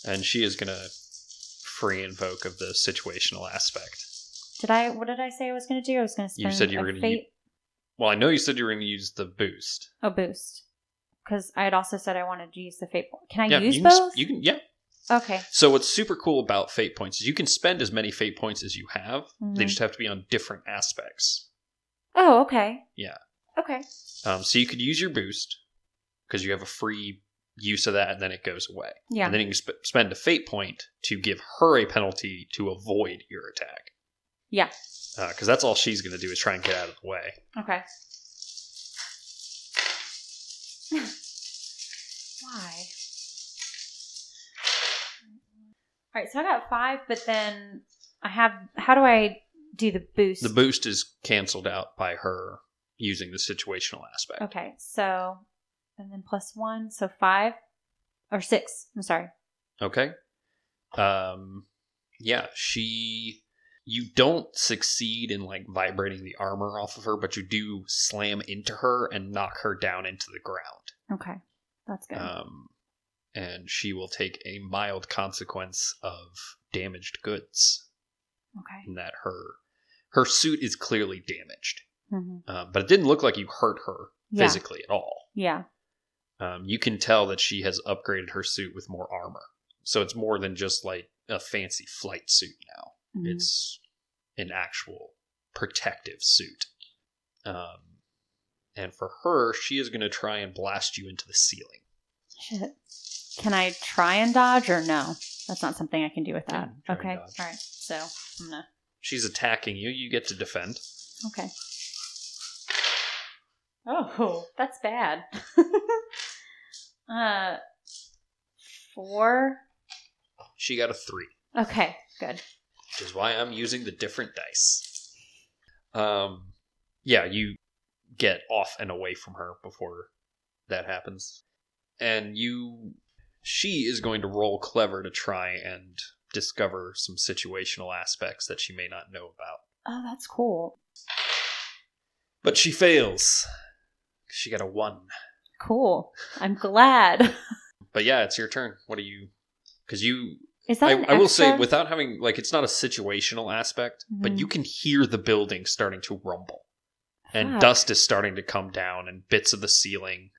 And she is going to free invoke of the situational aspect. Did I? What did I say I was going to do? I was going to You spend. said you were a gonna fate, Well, I know you said you were going to use the boost. a boost because I had also said I wanted to use the fate. point. Can I use you can, s- both? You can. Yeah. okay. So what's super cool about fate points is you can spend as many fate points as you have. They Mhm. just have to be on different aspects. Oh, okay. Yeah. Okay. Um, so you could use your boost because you have a free use of that, and then it goes away. Yeah. And then you can sp- spend a fate point to give her a penalty to avoid your attack. Yeah. Because Uh, that's all she's going to do is try and get out of the way. Okay. Why? All right, so I got five, but then I have. How do I do the boost? The boost is canceled out by her using the situational aspect. Okay, so and then plus one, so five or six. I'm sorry. Okay. Um yeah, she you don't succeed in like vibrating the armor off of her, but you do slam into her and knock her down into the ground. Okay, that's good. Um and she will take a mild consequence of damaged goods okay. in that her her suit is clearly damaged. hmm Um, but it didn't look like you hurt her Yeah. physically at all. Yeah. Um, you can tell that she has upgraded her suit with more armor. So it's more than just like a fancy flight suit now. Mhm. It's an actual protective suit. Um, and for her, she is going to try and blast you into the ceiling. Shit. Can I try and dodge or no? That's not something I can do with Yeah, that. Mm, try and okay. dodge. All right. So I'm gonna. She's attacking you. You get to defend. Okay. Oh, that's bad. uh, four. She got a three, Okay, good. which is why I'm using the different dice. Um, yeah, you get off and away from her before that happens, and you. She is going to roll clever to try and discover some situational aspects that she may not know about. Oh, that's cool. But she fails. She got a one. Cool. I'm glad. But yeah, it's your turn. What do you? Because you, Is that? I, an I will say, extra? without having like, it's not a situational aspect, but Mhm. you can hear the building starting to rumble, and Fuck. dust is starting to come down, and bits of the ceiling.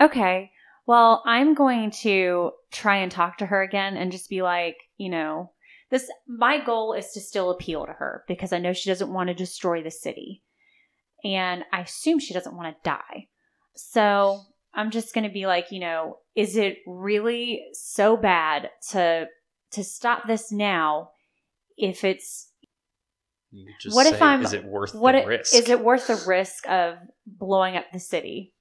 Okay. Well, I'm going to try and talk to her again and just be like, you know, this my goal is to still appeal to her because I know she doesn't want to destroy the city. And I assume she doesn't want to die. So, I'm just going to be like, you know, is it really so bad to to stop this now if it's You just What say, if I'm- is it worth what the it, risk? is it worth the risk of blowing up the city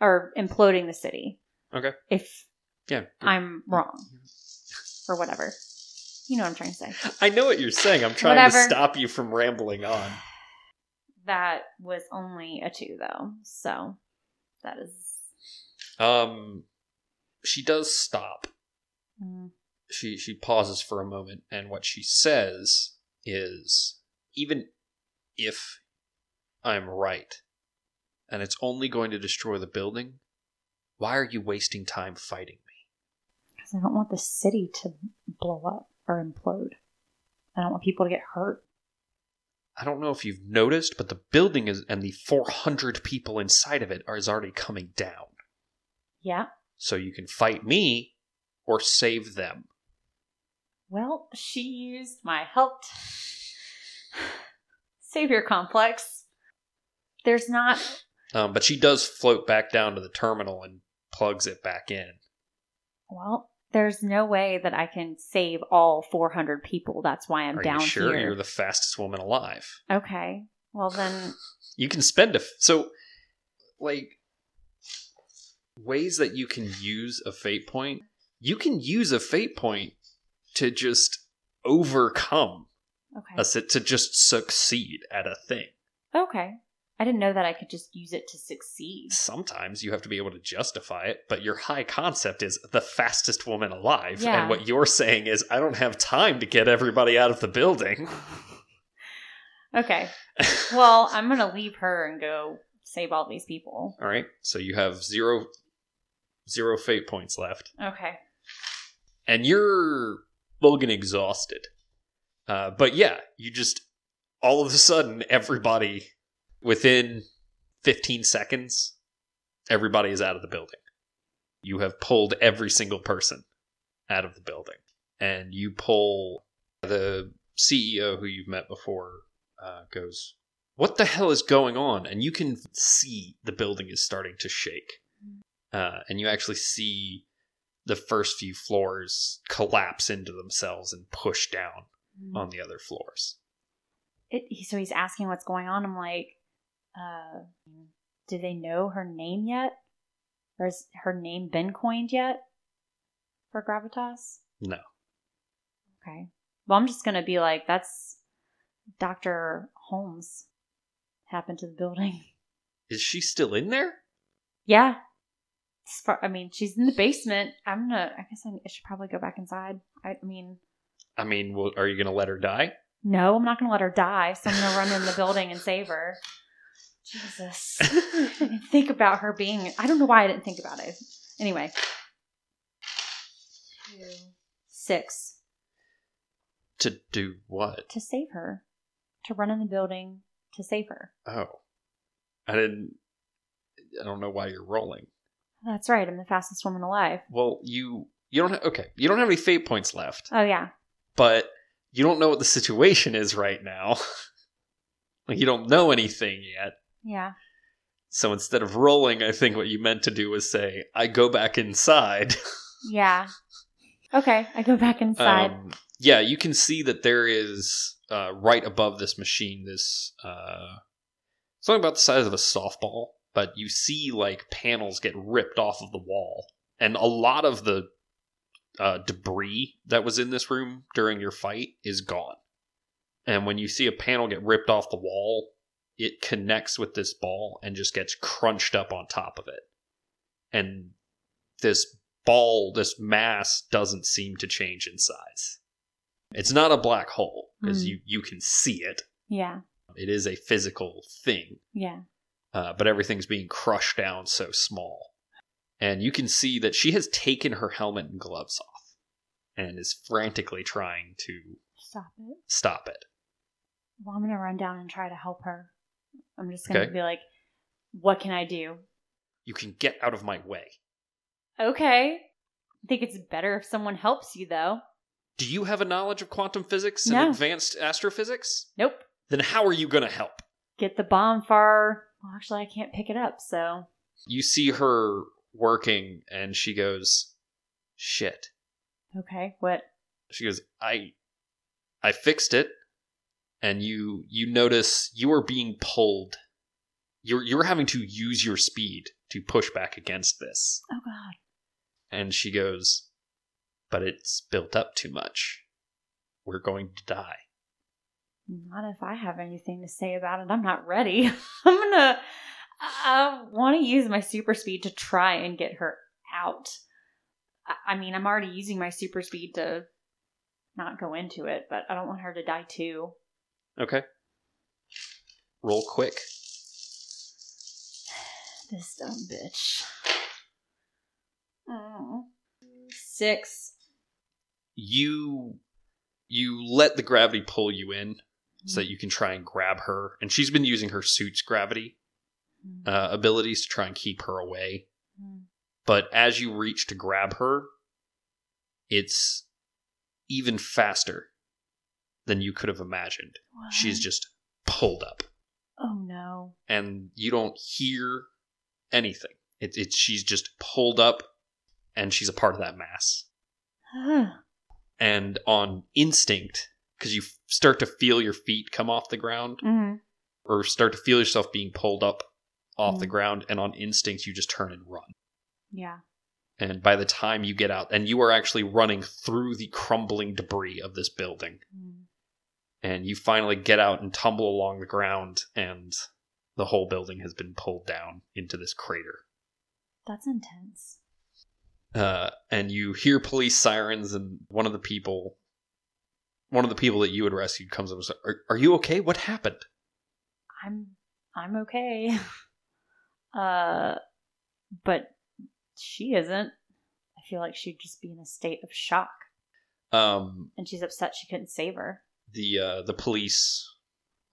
or imploding the city Okay. if Yeah. I'm wrong or whatever. You know what I'm trying to say. I know what you're saying. I'm trying to Whatever. stop you from rambling on. That was only a two, though. So that is. Um, she does stop. mm, She she pauses for a moment, and what she says is, even if I'm right, and it's only going to destroy the building, why are you wasting time fighting me? 'cause I don't want the city to blow up or implode. I don't want people to get hurt. I don't know if you've noticed, but the building is and the 400 people inside of it are is already coming down. Yeah. So you can fight me or save them. Well, she used my helped savior complex. There's not. Um, but she does float back down to the terminal and plugs it back in. Well, there's no way that I can save all 400 people. That's why I'm Are down you sure here. you're the fastest woman alive? okay. Well, then. You can spend a f- so like ways that you can use a fate point. You can use a fate point to just overcome Okay. a, si- to just succeed at a thing. Okay. I didn't know that I could just use it to succeed. sometimes you have to be able to justify it, but your high concept is the fastest woman alive. Yeah. And what you're saying is, I don't have time to get everybody out of the building. Okay. Well, I'm going to leave her and go save all these people. All right. So you have zero, zero fate points left. Okay. And you're Logan exhausted. Uh, but yeah, you just, all of a sudden, everybody within 15 seconds, everybody is out of the building. You have pulled every single person out of the building. And you pull the CEO who you've met before uh, goes, What the hell is going on? And you can see the building is starting to shake. Uh, and you actually see the first few floors collapse into themselves and push down on the other floors. It, he- so he's asking what's going on. I'm like, uh, do they know her name yet? Or has her name been coined yet for Gravitas? No. Okay. Well, I'm just going to be like, that's Dr. Holmes happened to the building. Is she still in there? Yeah. As far- I mean, she's in the basement. I'm gonna. I guess I should probably go back inside. I mean, I mean, well, are you going to let her die? no, I'm not gonna let her die. So I'm gonna run in the building and save her. Jesus. I didn't think about her being. I don't know why I didn't think about it. Anyway. Two, six to do what? to save her, to run in the building to save her. Oh, I didn't. I don't know why you're rolling. That's right. I'm the fastest woman alive. Well, you you don't. Ha- okay, you don't have any fate points left, Oh yeah. but you don't know what the situation is right now. like you don't know anything yet. Yeah. So instead of rolling, I think what you meant to do was say, "I go back inside." Yeah. Okay. I go back inside. Um, yeah, you can see that there is uh, right above this machine this uh, something about the size of a softball, but you see like panels get ripped off of the wall, and a lot of the uh, debris that was in this room during your fight is gone. And when you see a panel get ripped off the wall, it connects with this ball and just gets crunched up on top of it, and this ball, this mass doesn't seem to change in size. It's not a black hole because Mm. you you can see it. yeah. It is a physical thing, Yeah. uh, but everything's being crushed down so small, and you can see that she has taken her helmet and gloves off, and is frantically trying to Stop it. stop it. Well, I'm gonna run down and try to help her. I'm just gonna Okay. be like, what can I do? You can get out of my way. Okay. I think it's better if someone helps you though. Do you have a knowledge of quantum physics and No. advanced astrophysics? Nope. Then how are you going to help? Get the bomb far. Well, actually, I can't pick it up, so you see her working and she goes shit okay. What? she goes i i fixed it and you you notice you are being pulled you're you're having to use your speed to push back against this Oh God. and she goes but it's built up too much We're going to die. Not if I have anything to say about it. I'm not ready. I'm gonna. I want to use my super speed to try and get her out. I- I mean, I'm already using my super speed to not go into it, but I don't want her to die too. Okay. Roll quick. This dumb bitch. Mm. Six. You you let the gravity pull you in Mm-hmm. so that you can try and grab her. And she's been using her suit's gravity Mm. uh, abilities to try and keep her away. Mm. But as you reach to grab her, it's even faster than you could have imagined. Uh-huh. She's just pulled up. Oh no. and you don't hear anything. It, it she's just pulled up, and she's a part of that mass. And on instinct, because you f- start to feel your feet come off the ground, mm. or start to feel yourself being pulled up off the Mm. ground, and on instinct you just turn and run. Yeah. And by the time you get out, and you are actually running through the crumbling debris of this building, Mm. and you finally get out and tumble along the ground, and the whole building has been pulled down into this crater. That's intense. uh, and you hear police sirens, and one of the people, one of the people that you had rescued, comes up and says, "Are, are you okay? What happened?" I'm I'm okay. Uh but she isn't. I feel like she'd just be in a state of shock Um, and she's upset she couldn't save her. the uh, the police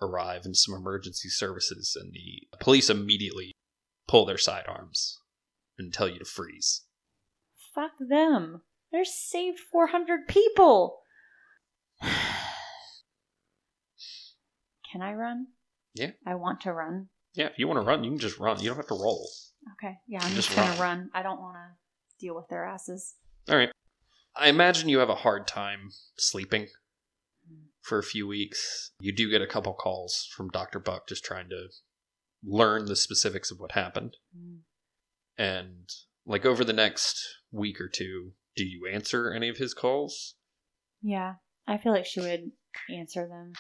arrive and some emergency services, and the police immediately pull their sidearms and tell you to freeze. Fuck them. They're saved 400 people. Can I run? Yeah. I want to run. Yeah, if you want to run, you can just run. You don't have to roll. Okay. Yeah, I'm Just just, going run. to run. I don't want to deal with their asses. All right. I imagine you have a hard time sleeping for a few weeks. You do get a couple calls from Dr. Buck just trying to learn the specifics of what happened. Mm. And, like, over the next week or two, do you answer any of his calls? Yeah. I feel like she would answer them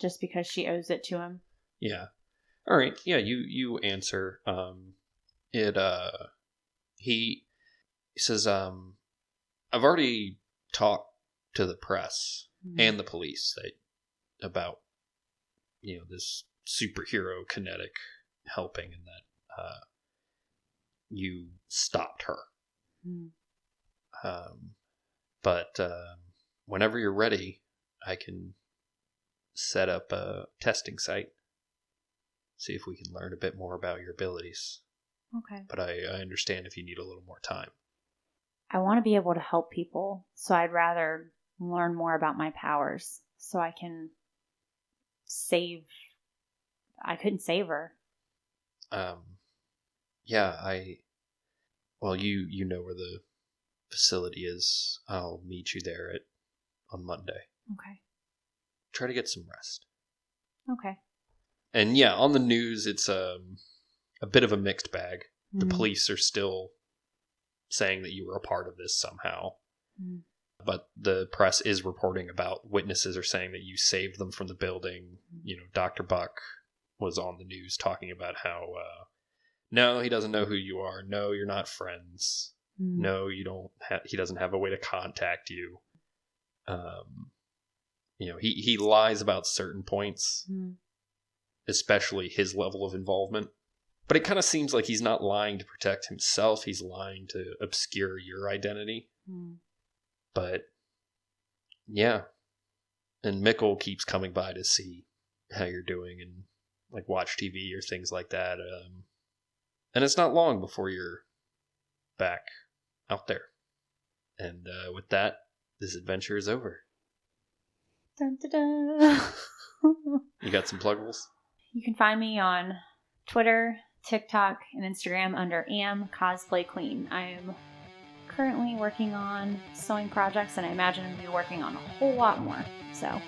just because she owes it to him. Yeah. All right. Yeah, you you answer. Um it uh he he says um I've already talked to the press Hmm. Mm-hmm. and the police that about you know this superhero kinetic helping and that uh, you stopped her Mm. um, but um whenever you're ready i can set up a testing site see if we can learn a bit more about your abilities Okay. but i, I understand if you need a little more time I want to be able to help people, so I'd rather learn more about my powers so I can save. I couldn't save her. um yeah i well you you know where the facility is i'll meet you there at on monday Okay. try to get some rest Okay. and yeah on the news it's um a bit of a mixed bag the Hmm. police are still saying that you were a part of this somehow Mm. but the press is reporting about witnesses are saying that you saved them from the building you know dr buck was on the news talking about how uh no he doesn't know who you are no you're not friends Mm. no you don't ha- he doesn't have a way to contact you um you know he he lies about certain points Mm. especially his level of involvement but it kind of seems like he's not lying to protect himself he's lying to obscure your identity Mm. but yeah and mickle keeps coming by to see how you're doing and like watch tv or things like that um and it's not long before you're back out there and uh, with that this adventure is over Dun, dun, dun. you got some pluggables you can find me on Twitter, TikTok, and Instagram under Am Cosplay Queen. I am currently working on sewing projects, and I imagine I'm going to be working on a whole lot more. So.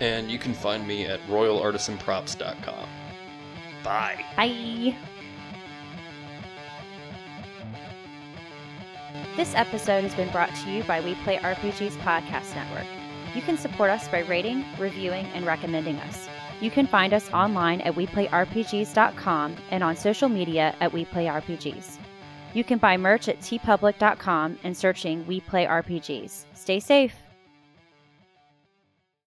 and you can find me at royalartisanprops.com bye Bye. This episode has been brought to you by We Play RPGs Podcast Network. You can support us by rating, reviewing, and recommending us. You can find us online at weplayrpgs.com and on social media at weplayrpgs. You can buy merch at tpublic.com and searching We Play RPGs. Stay safe.